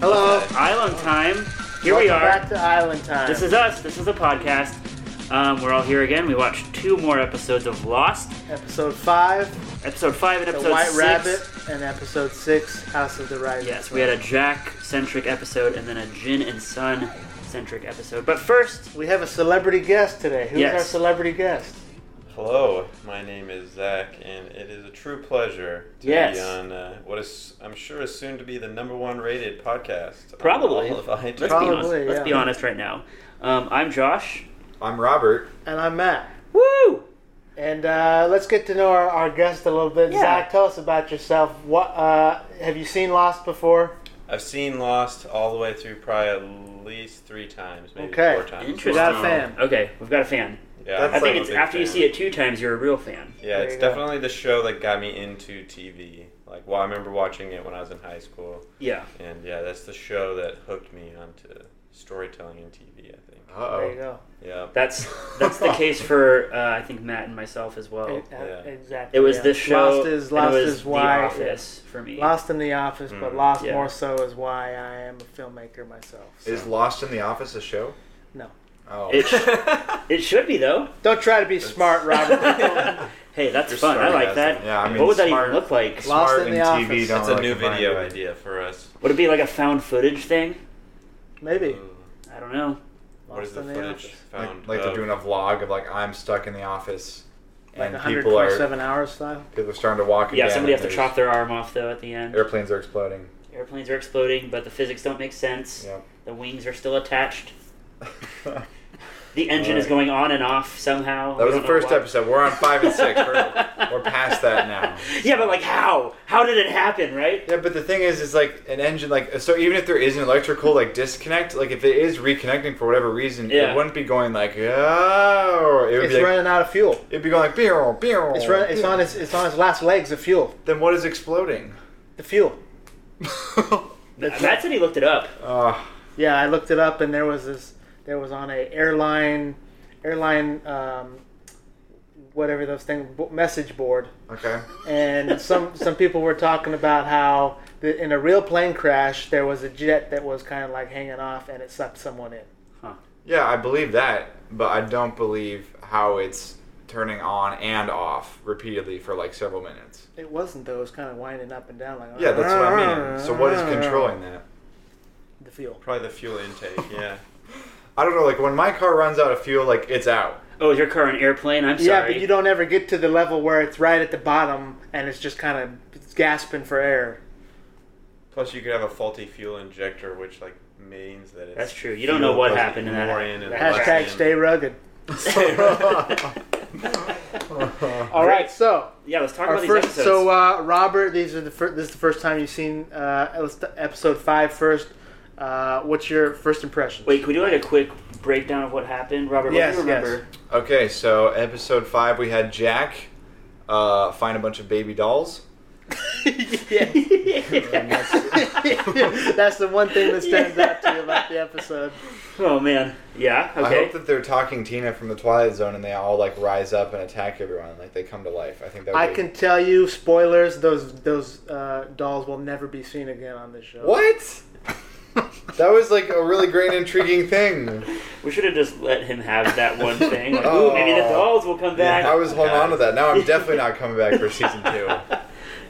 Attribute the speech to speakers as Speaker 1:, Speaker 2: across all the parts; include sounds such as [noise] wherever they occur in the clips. Speaker 1: Hello.
Speaker 2: Island time. Here we
Speaker 3: Welcome
Speaker 2: are.
Speaker 3: Back to Island Time.
Speaker 2: This is us. This is a podcast. Um, we're all here again. We watched two more episodes of Lost,
Speaker 3: episode five,
Speaker 2: episode five and
Speaker 3: The
Speaker 2: episode
Speaker 3: White
Speaker 2: six.
Speaker 3: Rabbit, and episode six, House of the Rising.
Speaker 2: Yes, we had a Jack centric episode and then a Jin and Sun centric episode. But first,
Speaker 3: We have a celebrity guest today. Who's
Speaker 2: Yes.
Speaker 3: our celebrity guest?
Speaker 1: Hello, my name is Zach, and it is a true pleasure to
Speaker 3: Yes.
Speaker 1: be on uh, what is, I'm sure, is soon to be the number one rated podcast. on
Speaker 2: Probably.
Speaker 1: all of iTunes.
Speaker 2: let's be honest.
Speaker 3: Probably,
Speaker 2: Let's
Speaker 3: yeah.
Speaker 2: be honest right now. Um, I'm Josh.
Speaker 4: I'm Robert.
Speaker 3: And I'm Matt.
Speaker 2: Woo!
Speaker 3: And uh, let's get to know our, our guest a little bit.
Speaker 2: Yeah.
Speaker 3: Zach, tell us about yourself. What uh, have you seen Lost before?
Speaker 1: I've seen Lost all the way through probably at least three times, maybe
Speaker 3: Okay.
Speaker 1: four times.
Speaker 2: Interesting.
Speaker 3: got a fan.
Speaker 2: Okay, we've got a fan.
Speaker 1: Yeah,
Speaker 4: That's
Speaker 1: I'm
Speaker 2: I think
Speaker 1: a
Speaker 2: it's
Speaker 1: big
Speaker 2: after you
Speaker 1: fan.
Speaker 2: see it two times, you're a real fan.
Speaker 1: Yeah,
Speaker 3: There
Speaker 1: it's
Speaker 3: you go.
Speaker 1: definitely the show that got me into TV. Like, well, I remember watching it when I was in high school,
Speaker 2: Yeah.
Speaker 1: and yeah, that's the show that hooked me onto storytelling and TV. I think.
Speaker 4: Uh
Speaker 3: There you
Speaker 4: oh.
Speaker 3: go.
Speaker 1: Yeah.
Speaker 2: That's that's
Speaker 3: [laughs]
Speaker 2: the case for uh, I think Matt and myself as well.
Speaker 3: E- uh,
Speaker 1: yeah.
Speaker 3: Exactly.
Speaker 2: It was
Speaker 3: yeah.
Speaker 2: this show.
Speaker 3: Lost is
Speaker 2: and
Speaker 3: Lost
Speaker 2: it was
Speaker 3: is why
Speaker 2: The Office for me.
Speaker 3: Lost in the Office, but
Speaker 1: Mm,
Speaker 3: Lost
Speaker 2: yeah.
Speaker 3: more so is why I am a filmmaker myself. so.
Speaker 4: Is Lost in the Office a show?
Speaker 3: No.
Speaker 4: Oh.
Speaker 3: [laughs]
Speaker 2: It It should be though.
Speaker 3: Don't try to be smart,
Speaker 2: [laughs]
Speaker 3: Robert.
Speaker 2: hey, that's
Speaker 1: You're
Speaker 2: fun. I like
Speaker 1: sarcasm.
Speaker 2: that.
Speaker 4: yeah, I mean,
Speaker 2: what would that
Speaker 4: smart,
Speaker 2: even look like?
Speaker 3: Lo- Lost
Speaker 4: smart
Speaker 3: in
Speaker 4: and
Speaker 3: the
Speaker 4: TV
Speaker 3: Office.
Speaker 4: don't
Speaker 1: That's a
Speaker 4: really
Speaker 1: new
Speaker 4: combine
Speaker 1: video
Speaker 4: together.
Speaker 1: idea for us.
Speaker 2: Would it be like a found footage thing?
Speaker 4: Uh,
Speaker 3: Maybe.
Speaker 2: I don't know.
Speaker 1: Oh. What
Speaker 3: Lost
Speaker 1: is the
Speaker 3: in
Speaker 1: footage
Speaker 3: Office.
Speaker 1: found? Oh.
Speaker 4: Like, like
Speaker 1: of-
Speaker 4: they're doing a vlog of like I'm stuck in the office,
Speaker 3: Like
Speaker 4: and people are
Speaker 3: 127 hours style.
Speaker 4: people are starting to walk.
Speaker 2: Yeah,
Speaker 4: again,
Speaker 2: somebody
Speaker 4: and
Speaker 2: has to
Speaker 4: there's-
Speaker 2: chop their arm off though at the end.
Speaker 4: Airplanes are exploding.
Speaker 2: Airplanes are exploding, but the physics don't make sense.
Speaker 4: Yep.
Speaker 2: The wings are still attached.
Speaker 4: that
Speaker 2: [laughs] The engine is
Speaker 4: Alright.
Speaker 2: going on and off somehow. We
Speaker 4: was the
Speaker 2: don't know
Speaker 4: first
Speaker 2: why.
Speaker 4: episode. We're on five and six. We're,
Speaker 2: [laughs]
Speaker 4: we're past that now.
Speaker 2: Yeah, but like how? How did it happen, right?
Speaker 4: Yeah, but the thing is, is like an engine, like so. Even if there is an electrical like disconnect, like if it is reconnecting for whatever reason,
Speaker 2: Yeah.
Speaker 4: it wouldn't be going like oh. It would
Speaker 3: It's
Speaker 4: be like,
Speaker 3: running out of fuel.
Speaker 4: it'd be going like beer, beer.
Speaker 3: It's run, It's on its. It's on its last legs of fuel.
Speaker 4: Then what is
Speaker 3: [laughs]
Speaker 4: exploding?
Speaker 3: The fuel.
Speaker 2: Matt said he looked it up.
Speaker 4: Uh,
Speaker 3: Yeah, I looked it up, and there was this. There was on a airline, airline, um, whatever those things, bo- message board,
Speaker 4: okay.
Speaker 3: [laughs] and some some people were talking about how the, in a real plane crash there was a jet that was kind of like hanging off, and it sucked someone in.
Speaker 2: Huh.
Speaker 4: Yeah, I believe that, but I don't believe how it's turning on and off repeatedly for like several minutes.
Speaker 3: It wasn't though. It was kind of winding up and down like.
Speaker 4: Yeah, that's what I mean. So what is controlling that?
Speaker 3: the fuel?
Speaker 1: Probably the fuel intake,
Speaker 4: [laughs]
Speaker 1: yeah.
Speaker 4: I don't know. Like when my car runs out of fuel, like
Speaker 3: [laughs]
Speaker 4: it's out. [laughs]
Speaker 2: Oh, is your car an airplane? I'm sorry.
Speaker 3: Yeah, but you don't ever get to the level where it's right at the bottom and it's just kind of gasping for air.
Speaker 1: Plus, you could have a faulty fuel injector, which like means that it's
Speaker 2: That's true. You don't know
Speaker 1: fuel
Speaker 2: what
Speaker 1: goes
Speaker 2: happened in that-
Speaker 1: more in and
Speaker 3: Hashtag
Speaker 1: less in.
Speaker 3: stay rugged.
Speaker 4: [laughs]
Speaker 3: All
Speaker 2: Great.
Speaker 3: right, so
Speaker 2: [laughs] Yeah, let's talk
Speaker 3: our
Speaker 2: about these
Speaker 3: first,
Speaker 2: episodes.
Speaker 3: so uh, Robert, these are the fir- this is the first time you've seen uh, let's do episode five first. Uh, what's your first impression?
Speaker 2: Wait, [laughs] can we do like a quick breakdown of what happened, Robert? What
Speaker 3: Yes,
Speaker 2: do you
Speaker 3: yes.
Speaker 2: remember?
Speaker 4: okay, so episode five, we had Jack uh, find a bunch of baby dolls.
Speaker 3: [laughs]
Speaker 2: [laughs]
Speaker 4: [laughs]
Speaker 3: that's the one thing that stands out to you about the episode.
Speaker 2: oh man, yeah.
Speaker 4: I
Speaker 2: Okay.
Speaker 4: hope that they're talking Tina from the Twilight Zone, and they all like rise up and attack everyone. Like they come to life. I think that. Would
Speaker 3: I
Speaker 4: be-
Speaker 3: can tell you, spoilers: those those uh, dolls will never be seen again on this show.
Speaker 4: What? that was like a really great, intriguing thing.
Speaker 2: we should have just let him have that
Speaker 4: [laughs]
Speaker 2: one thing. Like, ooh,
Speaker 4: Oh.
Speaker 2: maybe the dolls will come back.
Speaker 4: I was holding on to
Speaker 2: [laughs]
Speaker 4: that. Now I'm definitely not coming back for season two.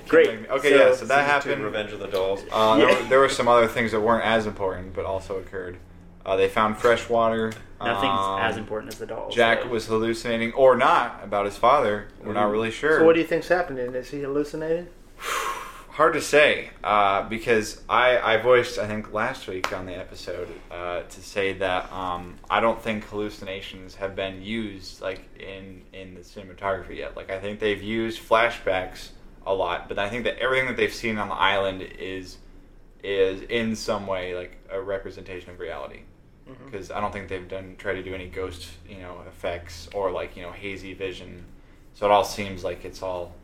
Speaker 2: Great.
Speaker 4: Okay,
Speaker 2: So-
Speaker 4: yeah. So
Speaker 1: Season
Speaker 4: that
Speaker 1: two,
Speaker 4: happened.
Speaker 1: Revenge of the Dolls. Um,
Speaker 4: Uh, there,
Speaker 2: Yeah.
Speaker 4: were, there were some other things that weren't as important, but also occurred. Uh, they found fresh water.
Speaker 2: Nothing's
Speaker 4: Um,
Speaker 2: as important as the dolls.
Speaker 4: Jack
Speaker 2: though.
Speaker 4: was hallucinating or not about his father. We're not really sure.
Speaker 3: Mm-hmm. So what do you think's happening? Is he hallucinating?
Speaker 4: Hard to say uh, because I, I voiced I think last week on the episode uh, to say that um, I don't think hallucinations have been used like in in the cinematography yet. Like I think they've used flashbacks a lot, but I think that everything that they've seen on the island is is in some way like a representation of reality.
Speaker 2: Mm-hmm.
Speaker 4: Because I don't think they've done try to do any ghost you know effects or like you know hazy vision. So it all seems like it's all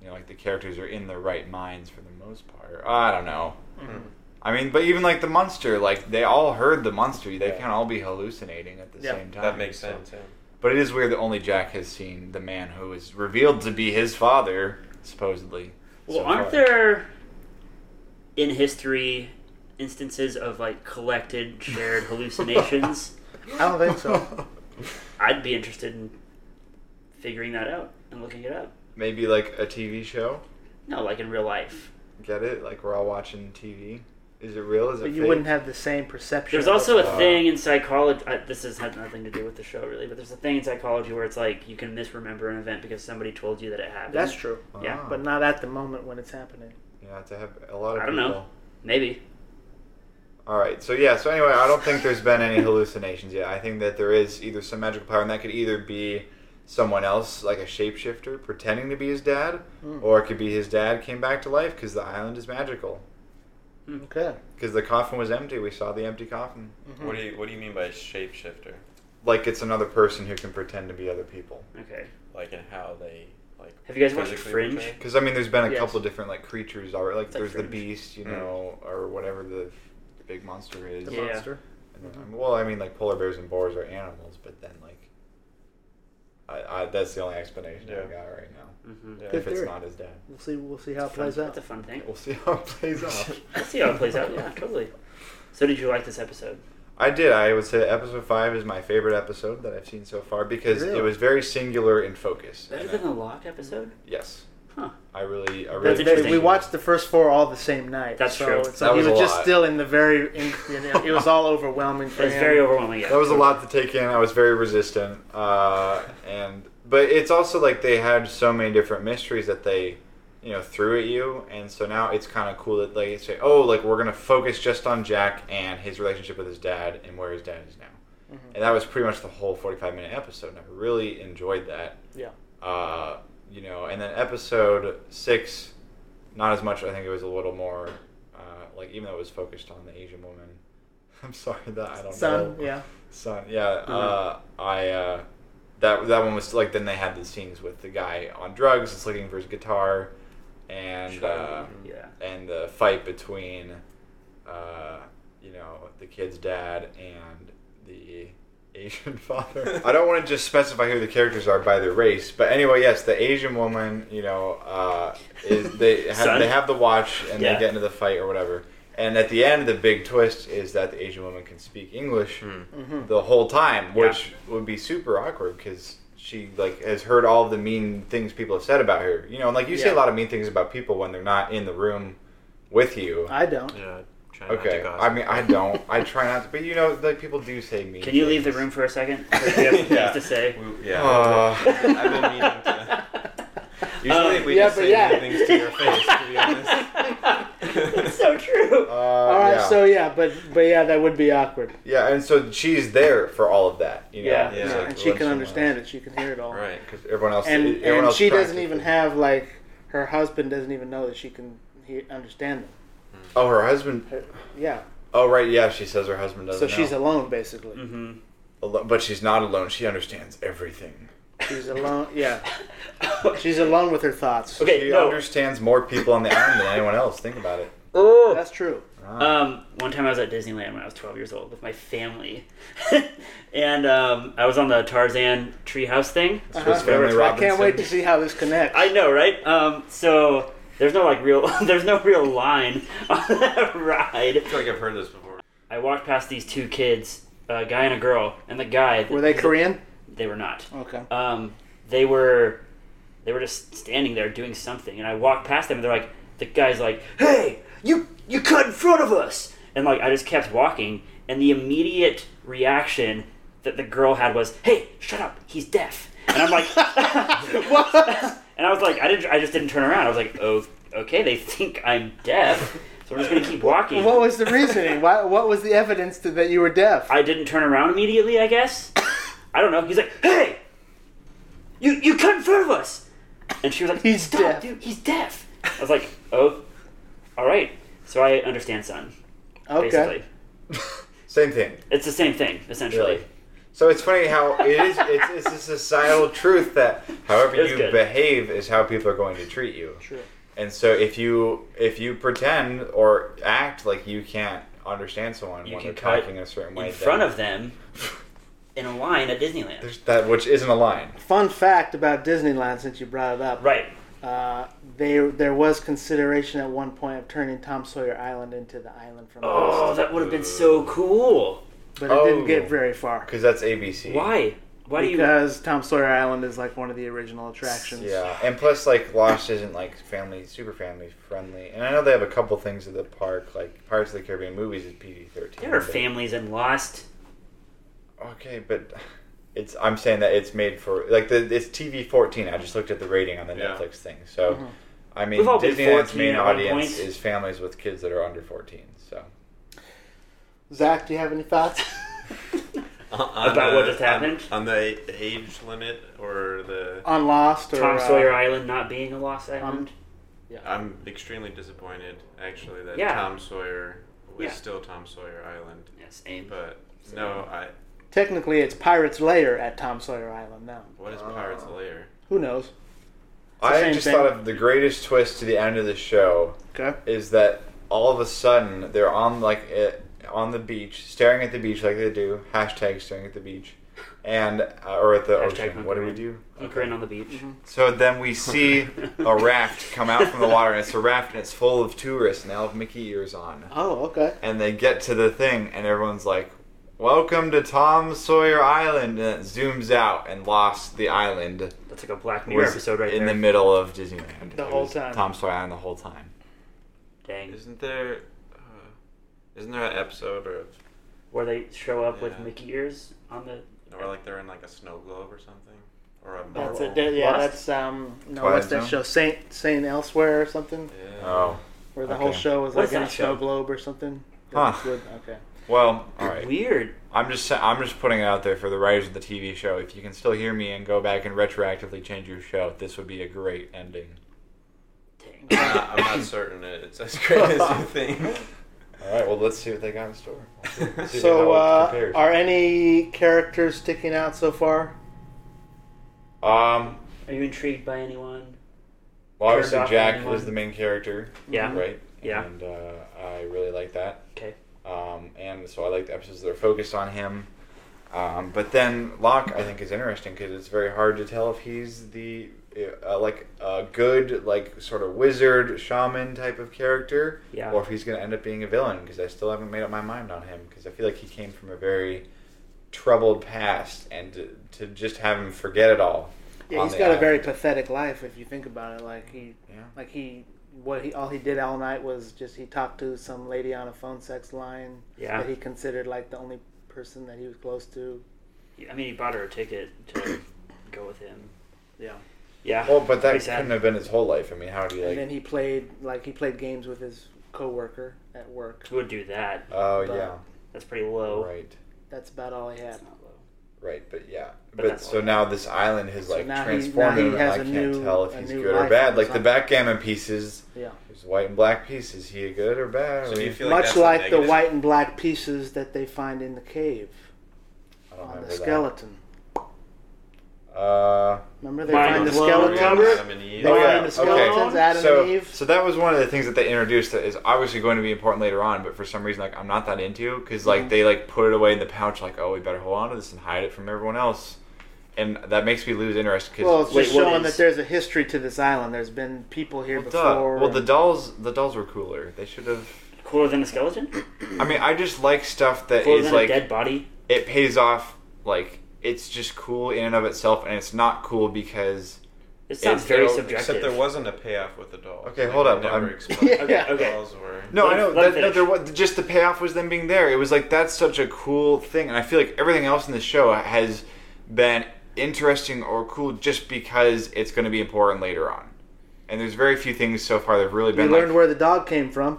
Speaker 4: you know, like the characters are in their right minds for the most part. I don't know.
Speaker 3: Mm-hmm.
Speaker 4: I mean, but even like the monster, like they all heard the monster. They
Speaker 1: Yeah.
Speaker 4: can't all be hallucinating at the
Speaker 3: Yeah.
Speaker 4: same time.
Speaker 1: That makes
Speaker 4: so-
Speaker 1: sense. Yeah.
Speaker 4: But it is weird that only Jack has seen the man who is revealed to be his father, supposedly.
Speaker 2: Well,
Speaker 4: so
Speaker 2: aren't
Speaker 4: far.
Speaker 2: there in history instances of like collected shared
Speaker 3: [laughs]
Speaker 2: hallucinations,
Speaker 3: I don't think so.
Speaker 2: I'd be interested in figuring that out and looking it up.
Speaker 4: [laughs] Maybe like a TV show.
Speaker 2: No, like in real life.
Speaker 4: Get it? Like we're all watching TV. Is it real? Is it?
Speaker 3: But you
Speaker 4: fake?
Speaker 3: wouldn't have the same perception.
Speaker 2: There's
Speaker 3: of
Speaker 2: also
Speaker 3: it.
Speaker 2: a thing in psychology. I, this has had nothing to do with the show really, but there's a thing in psychology where it's like you can misremember an event because somebody told you that it happened.
Speaker 3: That's true.
Speaker 2: yeah,
Speaker 4: Ah.
Speaker 3: But not at the moment when it's happening.
Speaker 4: You have to have a lot of.
Speaker 2: I don't
Speaker 4: people.
Speaker 2: know. Maybe.
Speaker 4: All right. So yeah. So anyway, I don't think there's been any hallucinations yet. I think that there is either some magical power, and that could either be someone else, like a shapeshifter, pretending to be his dad,
Speaker 3: Hmm.
Speaker 4: or it could be his dad came back to life because the island is magical.
Speaker 3: Okay.
Speaker 4: Because the coffin was empty. We saw the empty coffin.
Speaker 3: Mhm.
Speaker 1: What do you What do you mean by shapeshifter?
Speaker 4: Like it's another person who can pretend to be other people.
Speaker 2: Okay.
Speaker 1: Like in how they like.
Speaker 2: Have you guys watched
Speaker 1: physically
Speaker 2: Fringe?
Speaker 1: portray?
Speaker 4: Because I mean, there's been a
Speaker 3: Yes.
Speaker 4: couple different like creatures already. Like
Speaker 2: It's like
Speaker 4: there's the
Speaker 2: Fringe.
Speaker 4: beast, you
Speaker 1: Mm.
Speaker 4: know, or whatever the big monster is.
Speaker 3: The
Speaker 2: Yeah.
Speaker 3: monster.
Speaker 4: And
Speaker 1: Mm-hmm.
Speaker 4: then- well, I mean, like polar bears and boars are animals, but then like, I, I that's the only explanation I
Speaker 1: Yeah.
Speaker 4: got right now.
Speaker 2: Mm-hmm.
Speaker 1: Yeah.
Speaker 3: Good
Speaker 4: if it's
Speaker 3: theory.
Speaker 4: not his dad,
Speaker 3: We'll see. We'll see how it plays
Speaker 2: That's
Speaker 3: out.
Speaker 2: a fun thing.
Speaker 4: we'll see how it plays
Speaker 1: [laughs]
Speaker 4: out.
Speaker 2: Let's see how it plays out. Yeah, totally. So, did you like this episode?
Speaker 4: I did. I would say episode five is my favorite episode that I've seen so far because
Speaker 3: Really?
Speaker 4: it was very singular in focus.
Speaker 2: Better
Speaker 4: And
Speaker 2: than
Speaker 4: I-
Speaker 2: the lock episode?
Speaker 4: yes,
Speaker 2: Huh.
Speaker 4: I really, I
Speaker 3: But
Speaker 4: really.
Speaker 2: That's
Speaker 3: they- we
Speaker 2: interesting.
Speaker 3: watched the first four all the same night.
Speaker 2: That's
Speaker 3: so
Speaker 2: true.
Speaker 3: It's
Speaker 4: That
Speaker 3: like
Speaker 4: was
Speaker 3: he
Speaker 4: a
Speaker 3: was just
Speaker 4: lot.
Speaker 3: still in the very. In, you know, it was all overwhelming for
Speaker 2: It was
Speaker 3: him.
Speaker 2: very overwhelming. Yeah.
Speaker 4: That was a lot to take in. I was very resistant, uh, and but it's also like they had so many different mysteries that they, you know, threw at you, and so now it's kind of cool that they say, oh, like we're gonna focus just on Jack and his relationship with his dad and where his dad is now,
Speaker 3: Mhm.
Speaker 4: and that was pretty much the whole forty-five minute episode. And I really enjoyed that,
Speaker 3: Yeah.
Speaker 4: uh, you know, and then episode six, not as much. I think it was a little more, uh, like even though it was focused on the Asian woman. [laughs] I'm sorry that I don't know.
Speaker 3: Son. Yeah.
Speaker 4: Son, yeah. Uh, I uh, that that one was like then they had the scenes with the guy on drugs that's looking for his guitar, and uh,
Speaker 2: Yeah.
Speaker 4: and the fight between, uh, you know, the kid's dad and the Asian
Speaker 2: [laughs]
Speaker 4: [laughs] father. I don't want to just specify who the characters are by their race, but anyway, yes, the Asian woman, you know, uh, is
Speaker 2: [laughs]
Speaker 4: they have,
Speaker 2: Son?
Speaker 4: they have the watch and
Speaker 2: Yeah.
Speaker 4: they get into the fight or whatever. And at the end, the big twist is that the Asian woman can speak
Speaker 2: Hmm.
Speaker 4: English
Speaker 3: Mhm.
Speaker 4: the whole time,
Speaker 2: Yeah.
Speaker 4: which would be super awkward because she like has heard all the mean things people have said about her. You know, and like you say a
Speaker 3: Yeah.
Speaker 4: lot of mean things about people when they're not in the room with you.
Speaker 3: I don't.
Speaker 1: Yeah. Try not to
Speaker 4: okay,
Speaker 1: gossip.
Speaker 4: I
Speaker 2: [laughs]
Speaker 4: mean, I don't. I try not to, but you know, like people do say mean.
Speaker 2: Can you leave the
Speaker 4: things.
Speaker 2: room for a
Speaker 1: [laughs]
Speaker 2: second? 'Cause we have things
Speaker 1: Yeah.
Speaker 2: to say.
Speaker 1: We- yeah.
Speaker 4: Uh.
Speaker 1: [laughs] [laughs] I've been
Speaker 3: [laughs]
Speaker 1: meaning
Speaker 2: [laughs]
Speaker 1: to. Usually
Speaker 2: Um,
Speaker 1: we
Speaker 3: yeah,
Speaker 1: just
Speaker 3: but
Speaker 1: say
Speaker 3: yeah.
Speaker 1: mean
Speaker 3: [laughs]
Speaker 1: things to your face. To be honest.
Speaker 2: It's
Speaker 1: [laughs]
Speaker 2: so true.
Speaker 4: Uh,
Speaker 3: all right.
Speaker 4: yeah.
Speaker 3: So yeah, but but yeah, that would be awkward.
Speaker 4: yeah, and so she's there for all of that. You know,
Speaker 2: Yeah.
Speaker 4: It's
Speaker 1: Yeah.
Speaker 4: like
Speaker 3: and she
Speaker 4: let
Speaker 3: can
Speaker 4: someone
Speaker 3: understand it. She can hear it all.
Speaker 1: Right.
Speaker 4: because everyone else
Speaker 3: And
Speaker 4: everyone
Speaker 3: and
Speaker 4: else
Speaker 3: she
Speaker 4: tries
Speaker 3: doesn't
Speaker 4: to-
Speaker 3: even have like her husband doesn't even know that she can he, understand them.
Speaker 4: Oh, her husband.
Speaker 3: Her, yeah.
Speaker 4: Oh, right. Yeah, she says her husband doesn't.
Speaker 3: So she's
Speaker 4: know.
Speaker 3: alone basically.
Speaker 2: Mm-hmm.
Speaker 4: Alo- but she's not alone. She understands everything.
Speaker 3: She's alone. Yeah. She's alone with her thoughts.
Speaker 2: Okay,
Speaker 4: she
Speaker 2: no.
Speaker 4: understands more people on the island than anyone else. Think about it.
Speaker 2: Oh.
Speaker 3: That's true.
Speaker 1: Uh,
Speaker 4: Ah.
Speaker 2: Um, one time I was at Disneyland when I was 12 years old with my family, [laughs] and um, I was on the Tarzan treehouse thing.
Speaker 4: Swiss
Speaker 3: Uh-huh.
Speaker 4: Family
Speaker 3: I can't wait to
Speaker 4: Robinson.
Speaker 3: see how this connects.
Speaker 2: I know, right? Um, so there's no like real, [laughs] there's no real line [laughs] on that ride.
Speaker 1: I feel like I've heard this before.
Speaker 2: I walked past these two kids, a guy and a girl, and the guy.
Speaker 3: Were they Oh. Korean?
Speaker 2: They were not.
Speaker 3: Okay.
Speaker 2: Um, they were, they were just standing there doing something, and I walked past them, and they're like, the guy's like, "Hey, you you cut in front of us!" And like, I just kept walking, and the immediate reaction that the girl had was, "Hey, shut up! He's deaf." And I'm like,
Speaker 3: [laughs] What?
Speaker 2: [laughs] And I was like, I didn't, I just didn't turn around. I was like, oh, okay, they think I'm deaf, so we're just gonna keep walking.
Speaker 3: What was the reasoning? Why, what was the evidence to, that you were deaf?
Speaker 2: I didn't turn around immediately, I
Speaker 3: [coughs]
Speaker 2: guess. I don't know. He's like, hey, you you cut in front of us, and she was like,
Speaker 3: He's
Speaker 2: stop,
Speaker 3: deaf.
Speaker 2: dude, he's deaf. I was like, oh, all right. So I understand, son.
Speaker 3: okay.
Speaker 2: Basically,
Speaker 4: [laughs] Same thing.
Speaker 2: it's the same thing essentially.
Speaker 4: Really. So it's funny how it is. It's, it's a societal truth that however
Speaker 2: It was
Speaker 4: you
Speaker 2: good.
Speaker 4: behave is how people are going to treat you.
Speaker 3: True.
Speaker 4: And so if you if you pretend or act like you can't understand someone
Speaker 2: You
Speaker 4: when
Speaker 2: can
Speaker 4: they're
Speaker 2: cut
Speaker 4: talking a certain way,
Speaker 2: In front
Speaker 4: then-
Speaker 2: of them, in a line at Disneyland.
Speaker 4: there's that which isn't a line.
Speaker 3: Fun fact about Disneyland since you brought it up.
Speaker 2: Right.
Speaker 3: Uh, they there was consideration at one point of turning Tom Sawyer Island into the island from
Speaker 2: Oh,
Speaker 3: Lost,
Speaker 2: that would have been so cool.
Speaker 3: but it didn't
Speaker 4: Oh.
Speaker 3: get very far
Speaker 4: because that's ABC.
Speaker 2: Why? Why do you?
Speaker 3: because Tom Sawyer Island is like one of the original attractions.
Speaker 4: Yeah, and plus, like Lost isn't like family, super family friendly. And I know they have a couple things at the park, like Pirates of the Caribbean movies is PG thirteen.
Speaker 2: There are families in
Speaker 3: [laughs]
Speaker 2: Lost.
Speaker 4: Okay, but it's I'm saying that it's made for like the it's TV fourteen. I just looked at the rating on the
Speaker 1: Yeah.
Speaker 4: Netflix thing. So
Speaker 3: Mhm.
Speaker 4: I mean,
Speaker 2: We've all been
Speaker 4: Disneyland's
Speaker 2: 14
Speaker 4: main
Speaker 2: at one
Speaker 4: audience
Speaker 2: point.
Speaker 4: is families with kids that are under fourteen. So
Speaker 3: Zach, do you have any thoughts?
Speaker 1: On
Speaker 2: About what
Speaker 1: the-
Speaker 2: just happened?
Speaker 1: On, on uh, the a- age limit or the.
Speaker 3: [laughs] On Lost or
Speaker 2: Tom
Speaker 3: uh,
Speaker 2: Sawyer Island not being a Lost Island.
Speaker 1: I'm extremely disappointed, actually, that
Speaker 2: Yeah.
Speaker 1: Tom Sawyer was
Speaker 2: Yeah.
Speaker 1: still Tom Sawyer Island.
Speaker 2: Yeah, same.
Speaker 1: But no, I.
Speaker 3: Technically, it's Pirates Lair at Tom Sawyer Island now.
Speaker 1: What is Pirates Lair?
Speaker 3: Who knows? the
Speaker 4: I
Speaker 3: same
Speaker 4: just
Speaker 3: thing.
Speaker 4: thought of the greatest twist to the end of the show
Speaker 3: Okay.
Speaker 4: is that all of a sudden they're on like it, on the beach, staring at the beach like they do. Hashtag staring at the beach, and uh, or at the
Speaker 2: Hashtag
Speaker 4: ocean.
Speaker 2: Hunker
Speaker 4: What do we
Speaker 2: in.
Speaker 4: do?
Speaker 2: Ukraine on the beach.
Speaker 4: So then we see a raft come out from the water, and it's a raft, and it's full of tourists, and they all have Mickey ears on.
Speaker 3: Oh, okay.
Speaker 4: And they get to the thing, and everyone's like, "Welcome to Tom Sawyer Island," and it zooms out and lost the island
Speaker 2: That's like a Black Mirror
Speaker 4: was
Speaker 2: episode right
Speaker 4: in
Speaker 2: there.
Speaker 4: the middle of Disneyland.
Speaker 3: The
Speaker 4: It
Speaker 3: whole
Speaker 4: was
Speaker 3: time.
Speaker 4: Tom Sawyer Island the whole time.
Speaker 2: Dang.
Speaker 1: Isn't there. Uh, isn't there an episode of.
Speaker 2: Where they show up with
Speaker 1: Yeah.
Speaker 2: Mickey ears on the.
Speaker 1: Or like they're in like a snow globe or something? Or a.
Speaker 3: That's
Speaker 1: marble?
Speaker 3: it. that- Yeah,
Speaker 2: Lost?
Speaker 3: that's um. No,
Speaker 4: Twilight
Speaker 3: what's that
Speaker 4: Zone?
Speaker 3: show? Saint Saint Elsewhere or something?
Speaker 1: Yeah.
Speaker 4: Oh,
Speaker 3: Where the
Speaker 4: Okay.
Speaker 3: whole show was
Speaker 2: What
Speaker 3: like
Speaker 2: is
Speaker 3: in a
Speaker 2: that show?
Speaker 3: snow globe or something.
Speaker 4: Huh.
Speaker 3: That's good. Okay.
Speaker 4: well, all right.
Speaker 2: Weird.
Speaker 4: I'm just sa- I'm just putting it out there for the writers of the TV show. If you can still hear me and go back and retroactively change your show, this would be a great ending. [coughs]
Speaker 2: Dang.
Speaker 1: [laughs] I'm not, I'm not certain it, it's as great
Speaker 3: [laughs]
Speaker 1: as you think.
Speaker 4: All right. Well, let's see what they got in store. See
Speaker 3: So,
Speaker 4: how it
Speaker 3: uh,
Speaker 4: compares.
Speaker 3: are any characters sticking out so far?
Speaker 4: Um,
Speaker 2: Are you intrigued by anyone?
Speaker 4: well, obviously
Speaker 2: Turned off
Speaker 4: Jack
Speaker 2: anyone?
Speaker 4: was the main character,
Speaker 2: Yeah.
Speaker 4: right?
Speaker 2: Yeah.
Speaker 4: And uh, I really like that.
Speaker 2: Mm-hmm. Okay.
Speaker 4: Um, and so I like the episodes that are focused on him. Um, but then Locke, I think, is interesting because it's very hard to tell if he's the uh, like a good like sort of wizard shaman type of character,
Speaker 2: Yeah.
Speaker 4: or if he's going to end up being a villain. Because I still haven't made up my mind on him because I feel like he came from a very troubled past, and to, to just have him forget it all.
Speaker 3: Yeah,
Speaker 4: on
Speaker 3: he's
Speaker 4: the
Speaker 3: got a
Speaker 4: island.
Speaker 3: very pathetic life if you think about it. Like he,
Speaker 4: Yeah.
Speaker 3: like he, what he all he did all night was just he talked to some lady on a phone sex line
Speaker 2: Yeah.
Speaker 3: that he considered like the only person that he was close to.
Speaker 2: I mean, he bought her a ticket
Speaker 4: [coughs]
Speaker 2: to go with him.
Speaker 3: Yeah.
Speaker 2: Yeah.
Speaker 4: Well, but that
Speaker 2: Pretty sad.
Speaker 4: couldn't have been his whole life. I mean, how do you
Speaker 3: and then
Speaker 4: like?
Speaker 3: he played like he played games with his coworker at work.
Speaker 2: Who would do that?
Speaker 4: Oh
Speaker 3: But-
Speaker 4: yeah,
Speaker 2: That's pretty low.
Speaker 4: right.
Speaker 3: That's about all he had.
Speaker 2: That's not low.
Speaker 4: Right, but yeah,
Speaker 2: But
Speaker 4: but,
Speaker 2: that's
Speaker 4: so
Speaker 2: all.
Speaker 4: now this island has
Speaker 3: So
Speaker 4: like
Speaker 3: now he-
Speaker 4: transformed
Speaker 3: now he
Speaker 4: him, and
Speaker 3: has
Speaker 4: I
Speaker 3: a
Speaker 4: can't
Speaker 3: new-
Speaker 4: tell if
Speaker 3: a
Speaker 4: he's
Speaker 3: new
Speaker 4: good or
Speaker 3: life
Speaker 4: bad. Like the
Speaker 3: inside.
Speaker 4: backgammon pieces,
Speaker 3: Yeah.
Speaker 4: there's white and black piece. Is he a good or
Speaker 1: [laughs]
Speaker 4: bad?
Speaker 1: So
Speaker 4: Or
Speaker 1: do you
Speaker 4: he-
Speaker 1: feel like
Speaker 3: Much
Speaker 1: that's
Speaker 3: like the
Speaker 1: negative?
Speaker 3: white and black pieces that they find in the cave
Speaker 4: I don't
Speaker 3: on
Speaker 4: Oh, remember
Speaker 3: the skeleton.
Speaker 4: that. Uh,
Speaker 3: Remember they
Speaker 2: Mind
Speaker 3: find the
Speaker 2: blown.
Speaker 3: skeleton?
Speaker 2: Remember?
Speaker 1: Adam and Eve.
Speaker 3: They
Speaker 4: Oh,
Speaker 3: find
Speaker 4: yeah,
Speaker 3: the skeletons,
Speaker 2: okay.
Speaker 3: Adam
Speaker 4: so
Speaker 3: and Eve.
Speaker 4: so that was one of the things that they introduced that is obviously going to be important later on, but for some reason like I'm not that into because like
Speaker 3: Mhm.
Speaker 4: they like put it away in the pouch, like oh we better hold on to this and hide it from everyone else, and that makes me lose interest because
Speaker 3: Well, it's
Speaker 2: Wait,
Speaker 3: just
Speaker 2: what
Speaker 3: showing
Speaker 2: is-
Speaker 3: that there's a history to this island. There's been people here
Speaker 4: well, duh.
Speaker 3: before.
Speaker 4: well the
Speaker 3: and-
Speaker 4: dolls the dolls were cooler. They should have.
Speaker 2: Cooler than a skeleton?
Speaker 4: I mean, I just like stuff that is
Speaker 2: Cooler than
Speaker 4: like
Speaker 2: a dead body?
Speaker 4: it pays off like it's just cool in and of itself and it's not cool because
Speaker 2: It sounds
Speaker 4: It's
Speaker 2: very
Speaker 4: still-
Speaker 2: subjective.
Speaker 1: Except there wasn't a payoff with the dolls.
Speaker 4: Okay, hold up,
Speaker 1: they Never
Speaker 4: I'm-
Speaker 1: explained
Speaker 3: Yeah.
Speaker 1: what the
Speaker 2: Okay.
Speaker 1: dolls were.
Speaker 4: no
Speaker 2: Let
Speaker 4: i know
Speaker 2: him- let him
Speaker 4: that, no,
Speaker 2: finish.
Speaker 4: there was just the payoff was them being there it was like that's such a cool thing and i feel like everything else in the show has been interesting or cool just because it's going to be important later on and there's very few things so far that have really
Speaker 3: we
Speaker 4: been
Speaker 3: learned
Speaker 4: like,
Speaker 3: where the dog came from.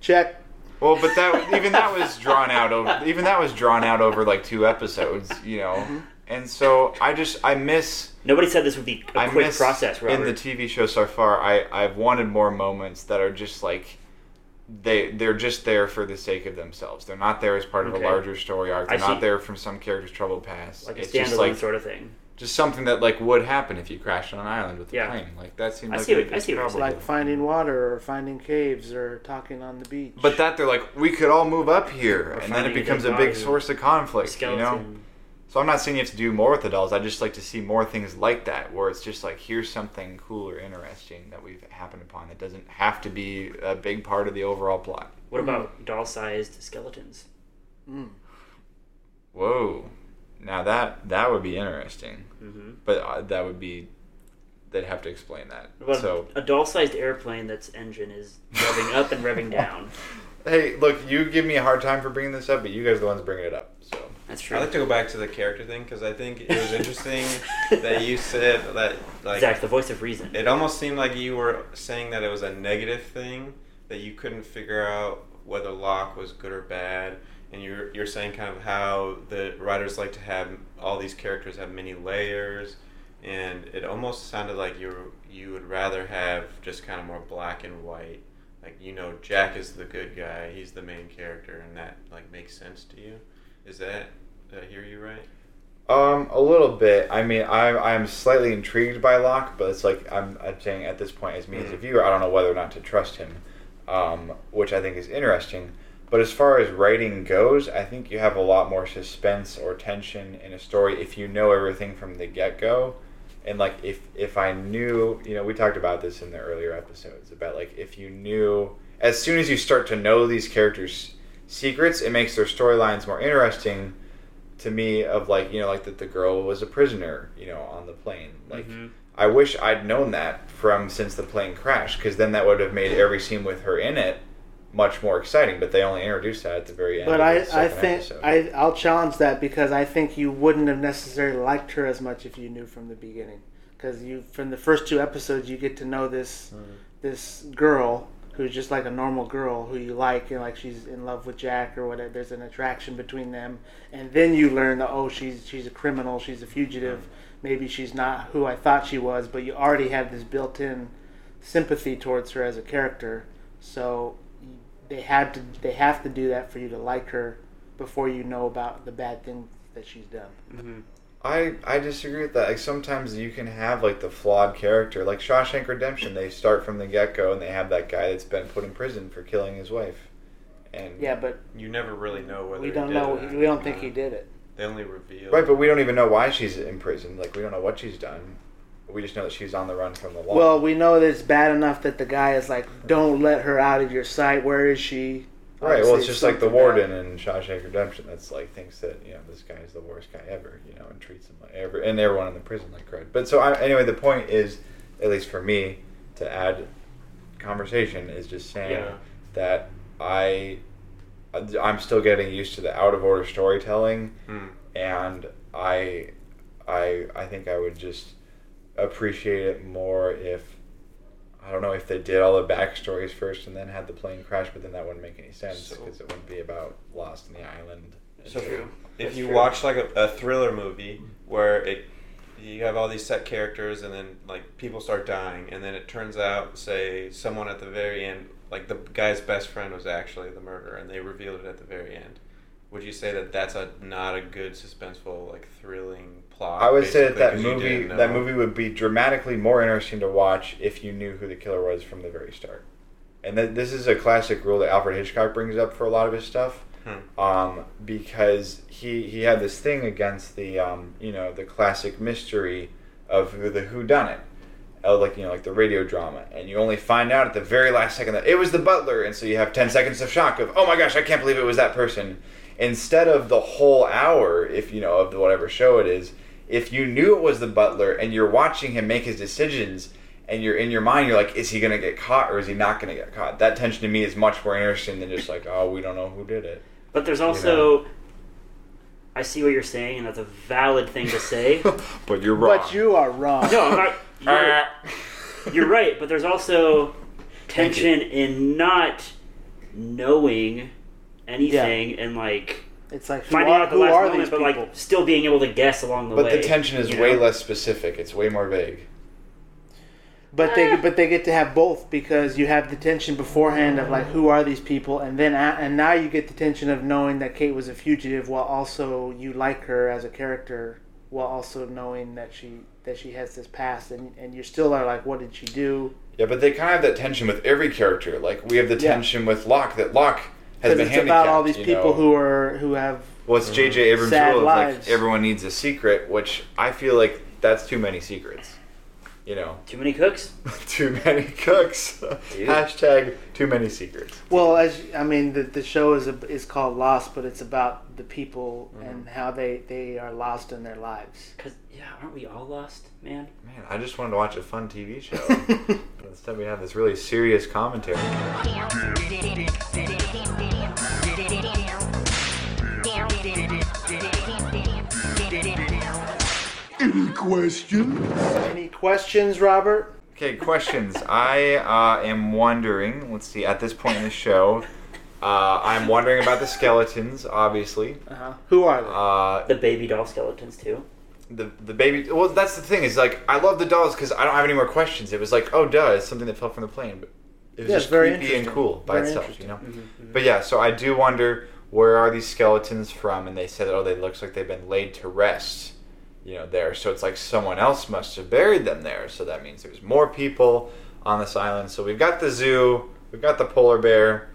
Speaker 3: Check.
Speaker 4: well but that even
Speaker 3: [laughs]
Speaker 4: that was drawn out over even that was drawn out over like two episodes you
Speaker 3: Mm-hmm.
Speaker 4: know and so i just i miss
Speaker 2: Nobody said this would be a
Speaker 4: I
Speaker 2: quick
Speaker 4: miss
Speaker 2: process, Robert.
Speaker 4: in the TV show so far. I I've wanted more moments that are just like they they're just there for the sake of themselves. They're not there as part of
Speaker 2: Okay.
Speaker 4: a larger story arc.
Speaker 2: I
Speaker 4: They're not
Speaker 2: see.
Speaker 4: there from some character's troubled past.
Speaker 2: like a
Speaker 4: it's
Speaker 2: standalone
Speaker 4: just like
Speaker 2: sort of thing.
Speaker 4: just something that like would happen if you crashed on an island with a
Speaker 2: Yeah.
Speaker 4: plane. Like that seemed
Speaker 2: I
Speaker 4: like
Speaker 2: see
Speaker 4: a
Speaker 2: what- I
Speaker 4: big
Speaker 2: see what you're
Speaker 4: problem.
Speaker 3: Like finding water or finding caves or talking on the beach.
Speaker 4: But that they're like we could all move up here, and then
Speaker 2: finding
Speaker 4: it
Speaker 2: a
Speaker 4: becomes
Speaker 2: dead
Speaker 4: a big
Speaker 2: body.
Speaker 4: source of conflict. You know,
Speaker 2: skeleton.
Speaker 4: So I'm not saying you have to do more with adults. I just like to see more things like that, where it's just like here's something cool or interesting that we've happened upon that doesn't have to be a big part of the overall plot.
Speaker 2: What
Speaker 4: Hmm.
Speaker 2: about doll-sized skeletons?
Speaker 3: Mm.
Speaker 4: Whoa, now that that would be interesting,
Speaker 2: Mm-hmm.
Speaker 4: but uh, that would be they'd have to explain that.
Speaker 2: What about
Speaker 4: so
Speaker 2: a doll-sized airplane that's engine is revving up and revving down?
Speaker 4: hey, look, you give me a hard time for bringing this up, but you guys are the ones bringing it up. So
Speaker 2: That's true.
Speaker 1: I'd like to go back to the character thing because I think it
Speaker 2: [laughs]
Speaker 1: was interesting that you said that like
Speaker 2: Zach, the voice of reason.
Speaker 1: it almost seemed like you were saying that it was a negative thing that you couldn't figure out whether Locke was good or bad, and you're you're saying kind of how the writers like to have all these characters have many layers, and it almost sounded like you were- you would rather have just kind of more black and white, like you know Jack is the good guy, he's the main character, and that like makes sense to you. Is that did I hear you right?
Speaker 4: Um, a little bit. I mean, I I'm slightly intrigued by Locke, but it's like I'm, I'm saying at this point, as me as a
Speaker 1: Mhm.
Speaker 4: viewer, I don't know whether or not to trust him, um, which I think is interesting. But as far as writing goes, I think you have a lot more suspense or tension in a story if you know everything from the get go, and like if if I knew, you know, we talked about this in the earlier episodes about like if you knew as soon as you start to know these characters' secrets, it makes their storylines more interesting to me of like you know like that the girl was a prisoner you know on the plane like
Speaker 2: Mhm.
Speaker 4: i wish i'd known that from since the plane crashed because then that would have made every scene with her in it much more exciting but they only introduced that at the very end
Speaker 3: But
Speaker 4: of
Speaker 3: I,
Speaker 4: the
Speaker 3: I
Speaker 4: second
Speaker 3: think
Speaker 4: episode.
Speaker 3: I, I'll challenge that because I think you wouldn't have necessarily liked her as much if you knew from the beginning. Because you, from the first two episodes, you get to know this this girl who's just like a normal girl who you like and like she's in love with Jack or whatever. There's an attraction between them, and then you learn that oh she's she's a criminal, she's a fugitive. Maybe she's not who I thought she was, but you already have this built-in sympathy towards her as a character. So they had to they have to do that for you to like her before you know about the bad thing that she's done.
Speaker 2: Mm-hmm.
Speaker 4: I I disagree with that. Like sometimes you can have like the flawed character, like Shawshank Redemption. They start from the get go and they have that guy that's been put in prison for killing his wife, and
Speaker 3: Yeah, but
Speaker 1: You never really know whether
Speaker 3: we
Speaker 1: he
Speaker 3: don't
Speaker 1: did
Speaker 3: know.
Speaker 1: it or
Speaker 3: We don't
Speaker 1: not.
Speaker 3: think he did it.
Speaker 1: They only reveal
Speaker 4: Right, but we don't even know why she's in prison. Like we don't know what she's done. We just know that she's on the run from the law.
Speaker 3: Well, we know that it's bad enough that the guy is like, "Don't let her out of your sight. Where is she?"
Speaker 4: right. Well, it's
Speaker 3: Obviously,
Speaker 4: just like the
Speaker 3: something
Speaker 4: warden
Speaker 3: bad.
Speaker 4: in Shawshank Redemption. That's like thinks that you know this guy is the worst guy ever. You know, and treats him like ever and everyone in the prison like crud. But so I, anyway, the point is, at least for me, to add conversation is just saying
Speaker 1: Yeah.
Speaker 4: that I I'm still getting used to the out of order storytelling
Speaker 1: Hmm.
Speaker 4: and I, I, I think I would just appreciate it more if, I don't know, if they did all the backstories first and then had the plane crash, but then that wouldn't make any sense
Speaker 1: So-
Speaker 4: because it wouldn't be about Lost in the Island.
Speaker 1: So
Speaker 2: true.
Speaker 1: if
Speaker 2: That's
Speaker 1: you
Speaker 2: true.
Speaker 1: watch like a, a thriller movie where it you have all these set characters and then like people start dying and then it turns out say someone at the very end like the guy's best friend was actually the murderer and they revealed it at the very end would you say that that's a not a good suspenseful like thrilling plot
Speaker 4: I would say that
Speaker 1: basically,
Speaker 4: that
Speaker 1: 'cause you
Speaker 4: movie,
Speaker 1: didn't know?
Speaker 4: that movie would be dramatically more interesting to watch if you knew who the killer was from the very start. And th- this is a classic rule that Alfred Hitchcock brings up for a lot of his stuff.
Speaker 1: Hmm.
Speaker 4: um, because he he had this thing against the um, you know the classic mystery of who the who done it like you know like the radio drama and you only find out at the very last second that it was the butler and so you have 10 seconds of shock of oh my gosh i can't believe it was that person instead of the whole hour if you know of the whatever show it is if you knew it was the butler and you're watching him make his decisions and you're in your mind you're like is he going to get caught or is he not going to get caught that tension to me is much more interesting than just like oh we don't know who did it
Speaker 2: But there's
Speaker 4: You
Speaker 2: also, I see what you're saying, and that's a valid thing to
Speaker 4: [laughs]
Speaker 2: say. no,
Speaker 4: but you're
Speaker 3: But
Speaker 4: [laughs]
Speaker 3: you are wrong.
Speaker 2: I'm not. You're, you're right, but there's also
Speaker 4: Thank you.
Speaker 2: tension in not knowing anything and like
Speaker 3: It's like who
Speaker 2: finding
Speaker 3: are,
Speaker 2: out at the
Speaker 3: who
Speaker 2: last
Speaker 3: are
Speaker 2: moment,
Speaker 3: these
Speaker 2: but
Speaker 3: people?
Speaker 2: like still being able to guess along the
Speaker 4: But
Speaker 2: way.
Speaker 4: the tension is
Speaker 2: you
Speaker 4: way
Speaker 2: know?
Speaker 4: less specific. It's way more vague.
Speaker 3: But they but they get to have both because you have the tension beforehand of like who are these people and then a- and now you get the tension of knowing that Kate was a fugitive while also you like her as a character while also knowing that she that she has this past and and you still are like what did she do
Speaker 4: Yeah, but they kind of have that tension with every character. Like we have the
Speaker 3: Yeah.
Speaker 4: tension with Locke that Locke has
Speaker 3: because
Speaker 4: been
Speaker 3: it's about all
Speaker 4: handicapped,
Speaker 3: these
Speaker 4: you
Speaker 3: people
Speaker 4: know.
Speaker 3: who are who have
Speaker 4: Well, it's J.J.
Speaker 3: Mm.
Speaker 4: Abrams'
Speaker 3: Sad
Speaker 4: rule of like
Speaker 3: lives.
Speaker 4: everyone needs a secret, which I feel like that's too many secrets. You know, [laughs]
Speaker 2: Too many cooks?
Speaker 4: too many cooks. Hashtag too many secrets.
Speaker 3: well as I mean the, the show is a, is called Lost, but it's about the people
Speaker 4: Mm-hmm.
Speaker 3: and how they they are lost in their
Speaker 4: [laughs]
Speaker 3: lives.
Speaker 2: Because, yeah, aren't we all lost, man?
Speaker 4: Man, I just wanted to watch a fun TV show.
Speaker 3: [laughs]
Speaker 4: But Instead, we have this really serious commentary.
Speaker 3: Any questions, Robert?
Speaker 4: Okay, questions. I uh, am wondering. Let's see. At this point in the show, uh, I'm wondering about the skeletons. Obviously,
Speaker 3: Uh-huh. Who are they?
Speaker 4: uh,
Speaker 2: The baby doll skeletons, too.
Speaker 4: the the baby. Well, that's the thing. Is like I love the dolls because I don't have any more questions. It was like, oh, duh, it's something that fell from the plane, but it was
Speaker 3: Yeah,
Speaker 4: just
Speaker 3: it's very
Speaker 4: creepy
Speaker 3: interesting.
Speaker 4: and
Speaker 3: Mm-hmm,
Speaker 4: cool by
Speaker 3: Very
Speaker 4: itself, you know. But yeah, so I do wonder where are these skeletons from? And they said, oh, they looks like they've been laid to rest, you know, there. So it's like someone else must have buried them there. So that means there's more people on this island. So we've got the zoo, we've got the polar bear,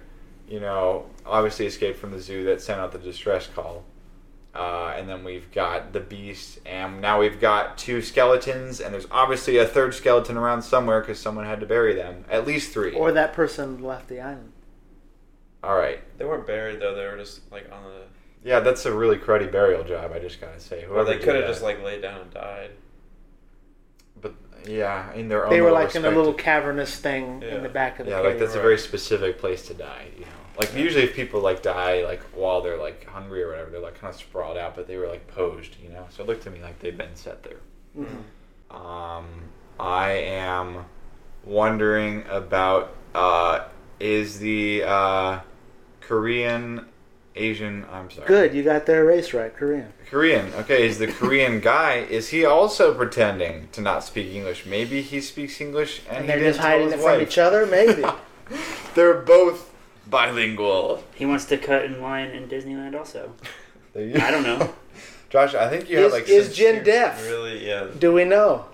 Speaker 4: you know, obviously escaped from the zoo that sent out the distress call. Uh, and then we've got the beast, and now we've got two skeletons, and there's obviously a third skeleton around somewhere because someone had to bury them. At least three.
Speaker 3: Or that person left the island.
Speaker 4: All right.
Speaker 1: They weren't buried though. They were just like on the.
Speaker 4: Yeah, that's a really cruddy burial job. I just gotta say.
Speaker 1: Well,
Speaker 4: Whoever
Speaker 1: they
Speaker 4: did
Speaker 1: could have
Speaker 4: that.
Speaker 1: just like laid down and died.
Speaker 4: But yeah, in their own.
Speaker 3: They were
Speaker 4: little
Speaker 3: like in a
Speaker 4: respective-
Speaker 3: little cavernous thing
Speaker 1: Yeah.
Speaker 3: in the back of the
Speaker 4: Yeah,
Speaker 3: cave.
Speaker 4: like that's a
Speaker 1: Right.
Speaker 4: very specific place to die. You know, like usually if people like die like while they're like hungry or whatever, they're like kind of sprawled out, but they were like posed. You know, so it looked to me like they'd been set there.
Speaker 3: Mm-hmm.
Speaker 4: Um, I am wondering about uh, is the uh, Korean Asian. I'm sorry.
Speaker 3: Good, you got their race right, Korean.
Speaker 4: Korean. Okay, is
Speaker 3: [laughs]
Speaker 4: the Korean guy? Is he also pretending to not speak English? Maybe he speaks English and,
Speaker 3: And
Speaker 4: he
Speaker 3: they're just
Speaker 4: didn't tell
Speaker 3: hiding
Speaker 4: his
Speaker 3: it
Speaker 4: wife.
Speaker 3: from each other, [laughs]
Speaker 4: [laughs]
Speaker 3: maybe.
Speaker 4: They're both bilingual.
Speaker 2: He wants to cut in line in Disneyland, also.
Speaker 4: There you-
Speaker 2: I don't know.
Speaker 4: [laughs] Josh. I think you have
Speaker 3: is
Speaker 4: like
Speaker 3: is
Speaker 4: sincere-
Speaker 3: Jin deaf?
Speaker 1: Really, yeah.
Speaker 3: Do we know?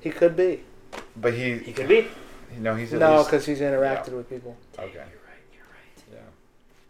Speaker 3: He could be.
Speaker 4: But he,
Speaker 2: He could be.
Speaker 4: no, he's at
Speaker 3: No,
Speaker 4: least-
Speaker 3: because he's interacted
Speaker 4: Yeah.
Speaker 3: with people.
Speaker 4: okay.
Speaker 2: You're right, you're right.
Speaker 4: Yeah.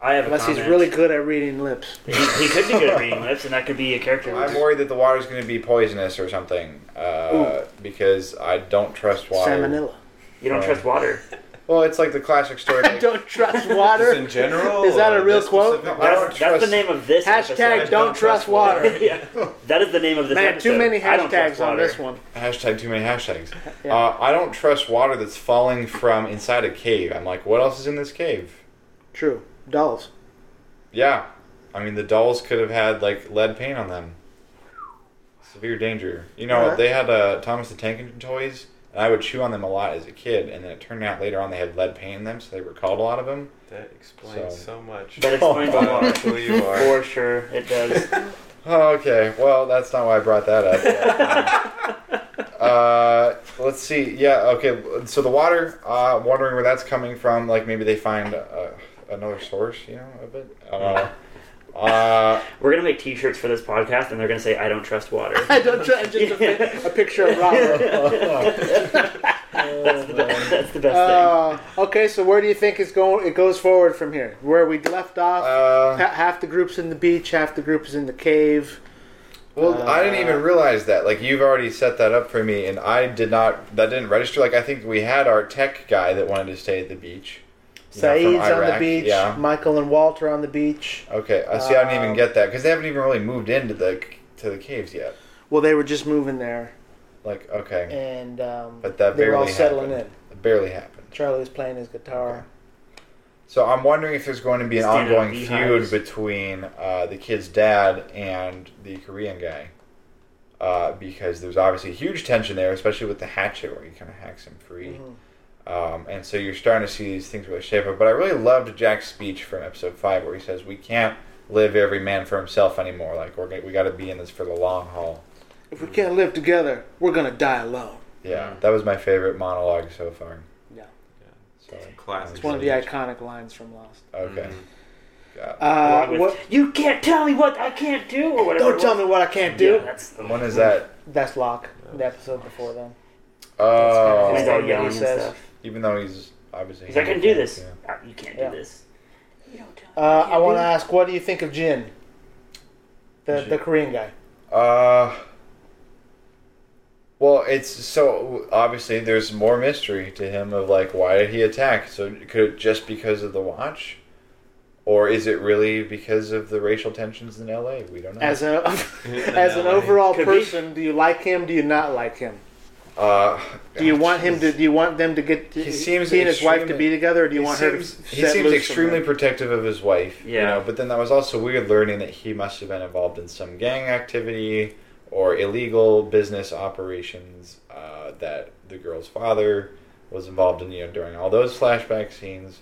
Speaker 2: I have a
Speaker 3: Unless he's
Speaker 2: comment.
Speaker 3: really good at reading lips.
Speaker 2: He, he could be good at
Speaker 3: [laughs]
Speaker 2: reading lips, and that could be a character.
Speaker 4: I'm worried that the water's going to be poisonous or something uh, because I don't trust water.
Speaker 3: Salmonella.
Speaker 2: you don't trust water.
Speaker 4: Well, it's like the classic
Speaker 3: [laughs]
Speaker 4: story.
Speaker 3: I
Speaker 4: Like,
Speaker 3: don't trust water.
Speaker 1: Just in general.
Speaker 3: Is that
Speaker 1: or
Speaker 3: a real
Speaker 1: this
Speaker 3: quote?
Speaker 1: specific-
Speaker 4: I
Speaker 2: That's,
Speaker 4: don't
Speaker 2: that's the
Speaker 4: trust-
Speaker 2: name of this
Speaker 3: Hashtag
Speaker 1: I
Speaker 3: don't,
Speaker 2: episode.
Speaker 1: don't
Speaker 3: trust
Speaker 1: trust
Speaker 3: water.
Speaker 1: water.
Speaker 2: yeah, that is the name of this
Speaker 3: Man,
Speaker 2: episode.
Speaker 3: too many
Speaker 2: I don't trust
Speaker 3: hashtags on
Speaker 2: water.
Speaker 3: this one.
Speaker 4: Hashtag too many hashtags.
Speaker 3: Yeah.
Speaker 4: Uh, I don't trust water that's falling from inside a cave. I'm like, what else is in this cave?
Speaker 3: True. Dolls.
Speaker 4: Yeah. I mean, the dolls could have had, like, lead paint on them. Severe danger. You know,
Speaker 3: Uh-huh.
Speaker 4: they had uh, Thomas the Tank Engine toys, and I would chew on them a lot as a kid, and then it turned out later on they had lead paint in them, so they recalled a lot of them.
Speaker 1: [laughs]
Speaker 4: [laughs]
Speaker 1: That explains
Speaker 4: So-
Speaker 1: so, much.
Speaker 2: That explains a
Speaker 3: [laughs]
Speaker 1: about
Speaker 2: lot.
Speaker 1: who you are.
Speaker 2: For sure, it does.
Speaker 4: Oh, okay. Well, that's not why I brought that
Speaker 2: [laughs]
Speaker 4: up. uh, let's see. Yeah. Okay. So the water. Uh, wondering where that's coming from. Like maybe they find uh, another source. You know, of it. Uh, uh,
Speaker 2: We're gonna make T-shirts for this podcast, and they're gonna say, "I don't trust water."
Speaker 3: [laughs] I don't trust. Just a, pic- a picture
Speaker 2: [laughs]
Speaker 3: of Robert. [laughs]
Speaker 2: That's the, be- that's the best
Speaker 3: Uh, okay, so where do you think it's going? It goes forward from here. Where we left off.
Speaker 4: uh,
Speaker 3: Ha- half the group's in the beach, half the group is in the cave.
Speaker 4: well,
Speaker 3: Uh,
Speaker 4: I didn't even realize that. Like you've already set that up for me, and I did not. That didn't register. Like I think we had our tech guy that wanted to stay at the beach. you know, from
Speaker 3: Saeed's on the
Speaker 4: Iraq.
Speaker 3: beach.
Speaker 4: Yeah.
Speaker 3: Michael and Walter on the beach.
Speaker 4: Okay. I see. I didn't even
Speaker 3: Um,
Speaker 4: get that because they haven't even really moved into the to the caves yet.
Speaker 3: Well, they were just moving there,
Speaker 4: Like okay.
Speaker 3: and um,
Speaker 4: But that
Speaker 3: they were all
Speaker 4: barely
Speaker 3: settling
Speaker 4: happened.
Speaker 3: in.
Speaker 4: It barely happened.
Speaker 3: Charlie was playing his guitar.
Speaker 4: So I'm wondering if there's going to be an
Speaker 2: Standing on
Speaker 4: ongoing feud
Speaker 2: beehives.
Speaker 4: between uh, the kid's dad and the Korean guy, uh, because there's obviously huge tension there, especially with the hatchet where he kind of hacks him free.
Speaker 3: Mm-hmm.
Speaker 4: Um, and so you're starting to see these things really shape up. But I really loved Jack's speech from episode five where he says, "We can't live every man for himself anymore. Like we're gonna, we got to be in this for the long haul."
Speaker 3: If we can't live together, we're gonna die alone.
Speaker 4: Yeah, that was my favorite monologue so far.
Speaker 3: Mm-hmm. Yeah,
Speaker 4: So,
Speaker 1: Classic.
Speaker 3: it's one of the iconic lines from Lost.
Speaker 4: Okay. Got it.
Speaker 2: thing.
Speaker 3: Uh,
Speaker 2: Along with,
Speaker 3: what?
Speaker 2: You can't tell me what I can't do, or whatever.
Speaker 3: Don't tell me what I can't do.
Speaker 2: Yeah, that's
Speaker 4: when is that?
Speaker 3: That's Locke. The episode before then.
Speaker 4: Oh,
Speaker 3: That's
Speaker 2: He's all
Speaker 3: He
Speaker 2: yelling and
Speaker 3: says-
Speaker 2: stuff.
Speaker 4: even though he's obviously
Speaker 2: He's like, "I can do
Speaker 4: handicapped,
Speaker 2: this."
Speaker 4: yeah.
Speaker 2: Ah, you can't
Speaker 3: Yeah.
Speaker 2: do this.
Speaker 3: Uh, I want to ask, what do you think of Jin? The
Speaker 1: Jin.
Speaker 3: the Korean guy.
Speaker 4: Uh, well, it's so obviously there's more mystery to him of like why did he attack? So could it just because of the watch, or is it really because of the racial tensions in L.A.? We don't know.
Speaker 3: As
Speaker 4: [laughs]
Speaker 3: a [laughs] as an
Speaker 1: LA.
Speaker 3: overall
Speaker 2: Could be.
Speaker 3: person, do you like him? Do you not like him?
Speaker 4: uh,
Speaker 3: Do you want him to? Do you want them to get? To,
Speaker 4: He seems
Speaker 3: he and his wife to
Speaker 4: extremely-
Speaker 3: be together, or do you
Speaker 4: he
Speaker 3: want
Speaker 4: seems,
Speaker 3: her? To
Speaker 4: he
Speaker 3: set
Speaker 4: seems
Speaker 3: loose from
Speaker 4: extremely
Speaker 3: him?
Speaker 4: protective of his wife. You
Speaker 2: Yeah.
Speaker 4: know, but then that was also weird learning that he must have been involved in some gang activity or illegal business operations uh, that the girl's father was involved in. You know, during all those flashback scenes.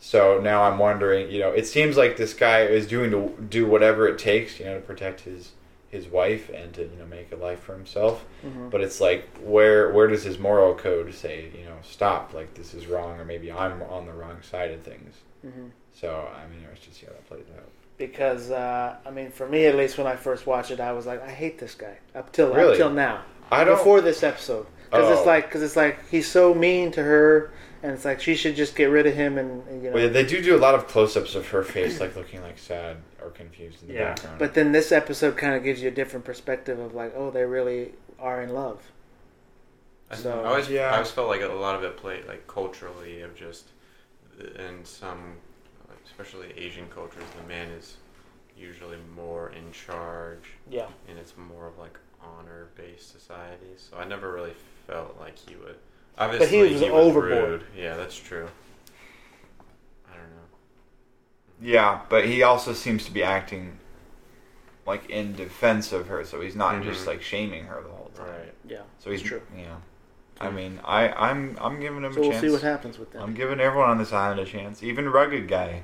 Speaker 4: So now I'm wondering. You know, it seems like this guy is doing to do whatever it takes. You know, to protect his his wife and to you know make a life for himself.
Speaker 3: Mhm.
Speaker 4: But it's like where where does his moral code say you know stop? Like this is wrong, or maybe I'm on the wrong side of things.
Speaker 3: Mhm.
Speaker 4: So I mean, let's just see how that plays out.
Speaker 3: Because uh, I mean, for me at least, when I first watched it, I was like, I hate this guy up till
Speaker 4: Really?
Speaker 3: up till now.
Speaker 4: I don't.
Speaker 3: before this episode because
Speaker 4: Oh.
Speaker 3: it's like because it's like he's so mean to her and it's like she should just get rid of him and, and, you know
Speaker 4: well, they do do a lot of close-ups of her face, like looking like sad or confused in the
Speaker 2: Yeah.
Speaker 4: background.
Speaker 3: but then this episode kind of gives you a different perspective of like oh they really are in love
Speaker 1: I,
Speaker 3: So-
Speaker 1: I always
Speaker 4: Yeah.
Speaker 1: I always felt like a lot of it played like culturally of just in some especially Asian cultures the man is usually more in charge
Speaker 3: yeah
Speaker 1: and it's more of like honor based society so I never really felt like he would obviously
Speaker 3: was
Speaker 1: he was
Speaker 3: overboard.
Speaker 1: rude. yeah that's true I don't know
Speaker 4: yeah, but he also seems to be acting like in defense of her, so he's not
Speaker 1: Mhm.
Speaker 4: just like shaming her the whole time.
Speaker 1: right
Speaker 3: yeah
Speaker 4: So he's
Speaker 3: True.
Speaker 4: Yeah. I mean, I I'm I'm giving him
Speaker 3: so
Speaker 4: a
Speaker 3: we'll
Speaker 4: chance.
Speaker 3: see what happens with them
Speaker 4: I'm giving everyone on this island a chance, even rugged guy.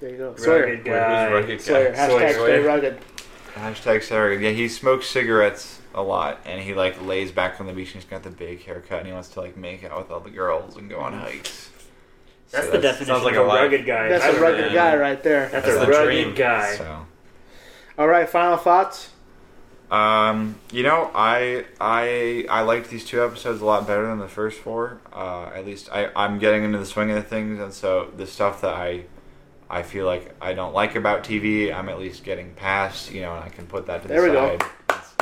Speaker 3: there you go Sawyer
Speaker 2: Rugged
Speaker 1: Who's
Speaker 2: guy.
Speaker 1: rugged
Speaker 3: Sawyer
Speaker 1: guy?
Speaker 3: hashtag
Speaker 2: Sawyer.
Speaker 3: stay rugged
Speaker 4: Hashtag Sarah. Yeah, he smokes cigarettes a lot, and he like lays back on the beach and he's got the big haircut, and he wants to like make out with all the girls and go on hikes.
Speaker 2: That's
Speaker 4: So
Speaker 2: the
Speaker 4: that's-
Speaker 2: definition
Speaker 1: sounds like
Speaker 2: of a
Speaker 1: a life.
Speaker 2: rugged guy.
Speaker 3: that's
Speaker 2: If
Speaker 3: a
Speaker 2: I-
Speaker 3: rugged
Speaker 1: Yeah.
Speaker 3: guy right there
Speaker 2: That's,
Speaker 1: That's
Speaker 2: a
Speaker 1: the
Speaker 2: rugged
Speaker 1: dream.
Speaker 2: guy.
Speaker 4: So.
Speaker 3: all right final thoughts
Speaker 4: Um, you know, I I I liked these two episodes a lot better than the first four. Uh, at least I I'm getting into the swing of the things, and so the stuff that I I feel like I don't like about TV, I'm at least getting past. You know, and I can put that to
Speaker 3: There we
Speaker 4: the
Speaker 3: go.
Speaker 4: side.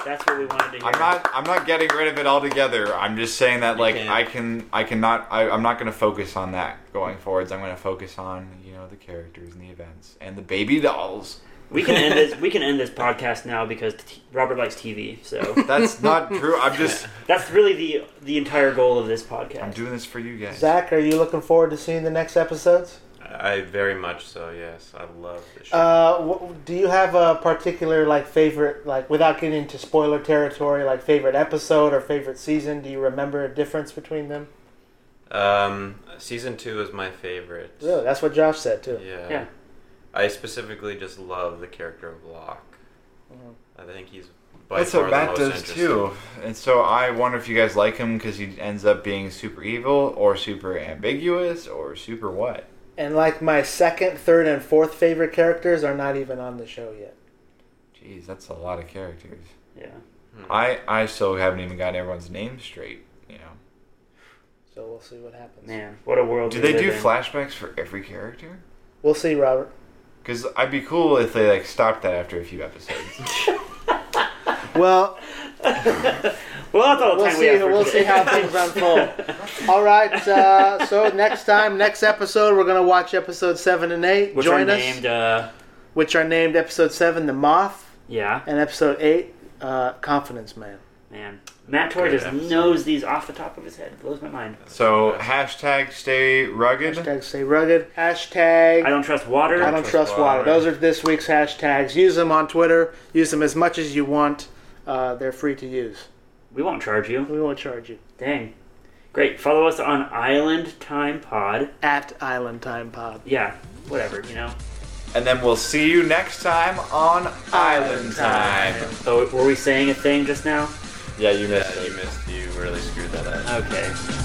Speaker 2: That's what we wanted to hear.
Speaker 4: I'm not. I'm not getting rid of it altogether. I'm just saying that,
Speaker 1: You
Speaker 4: like,
Speaker 1: can't.
Speaker 4: I can. I cannot. I, I'm not going to focus on that going forwards. I'm going to focus on you know the characters and the events and the baby dolls.
Speaker 2: We can end this. We can end this podcast now because t- Robert likes TV.
Speaker 3: [laughs]
Speaker 2: So
Speaker 1: [laughs]
Speaker 4: That's not true. I'm just.
Speaker 2: that's really the the entire goal of this podcast.
Speaker 4: I'm doing this for you guys.
Speaker 3: Zach are you looking forward to seeing the next episodes
Speaker 1: I I very much so yes I love this show.
Speaker 3: Uh, wh- do you have a particular like favorite like without getting into spoiler territory like favorite episode or favorite season? Do you remember a difference between them?
Speaker 1: Um, season two is my favorite.
Speaker 3: Really, that's what Josh said too.
Speaker 1: Yeah.
Speaker 2: Yeah.
Speaker 1: I specifically just love the character of Locke.
Speaker 3: Mhm.
Speaker 1: I think he's by
Speaker 4: That's
Speaker 1: far
Speaker 4: what Matt
Speaker 1: the most
Speaker 4: does
Speaker 1: interesting.
Speaker 4: too. And so I wonder if you guys like him because he ends up being super evil or super ambiguous or super what.
Speaker 3: And like my second, third, and fourth favorite characters are not even on the show yet.
Speaker 4: Jeez, that's a lot of characters.
Speaker 2: Yeah.
Speaker 1: Hmm.
Speaker 4: I I still haven't even gotten everyone's name straight. You know,
Speaker 3: So we'll see what happens.
Speaker 2: Man, what a world.
Speaker 4: do
Speaker 2: we
Speaker 4: they
Speaker 2: live
Speaker 4: do
Speaker 2: in.
Speaker 4: flashbacks for every character?
Speaker 3: We'll see, Robert.
Speaker 4: Because I'd be cool if they like stopped that after a few episodes.
Speaker 2: [laughs]
Speaker 3: [laughs] Well,
Speaker 2: Well, that's all the
Speaker 3: we'll
Speaker 2: time we
Speaker 3: see.
Speaker 2: have for
Speaker 3: We'll
Speaker 2: today.
Speaker 3: see how things unfold.
Speaker 2: [laughs]
Speaker 3: All right. Uh, so next time, next episode, we're gonna watch episode seven and eight.
Speaker 2: Which
Speaker 3: Join
Speaker 2: are
Speaker 3: us,
Speaker 2: named. Uh,
Speaker 3: which are named episode seven, the Moth.
Speaker 2: yeah,
Speaker 3: And episode eight, uh, Confidence Man.
Speaker 2: man. Matt Torrey
Speaker 1: Good
Speaker 2: just
Speaker 1: episode.
Speaker 2: knows these off the top of his head. Blows my mind.
Speaker 4: so hashtag stay rugged.
Speaker 3: Hashtag stay rugged.
Speaker 2: I
Speaker 3: Hashtag
Speaker 2: don't trust water.
Speaker 3: I don't trust water. Those are this week's hashtags. Use them on Twitter. Use them as much as you want. Uh, they're free to use.
Speaker 2: We won't charge you.
Speaker 3: We won't charge you.
Speaker 2: Dang. Great. Follow us on Island Time Pod.
Speaker 3: At Island Time Pod.
Speaker 2: Yeah. Whatever. You know.
Speaker 4: And then we'll see you next time on Island Time.
Speaker 2: Oh, were we saying a thing just now?
Speaker 4: Yeah, you missed
Speaker 1: Yeah,
Speaker 4: it.
Speaker 1: you missed. You really screwed that up.
Speaker 2: Okay.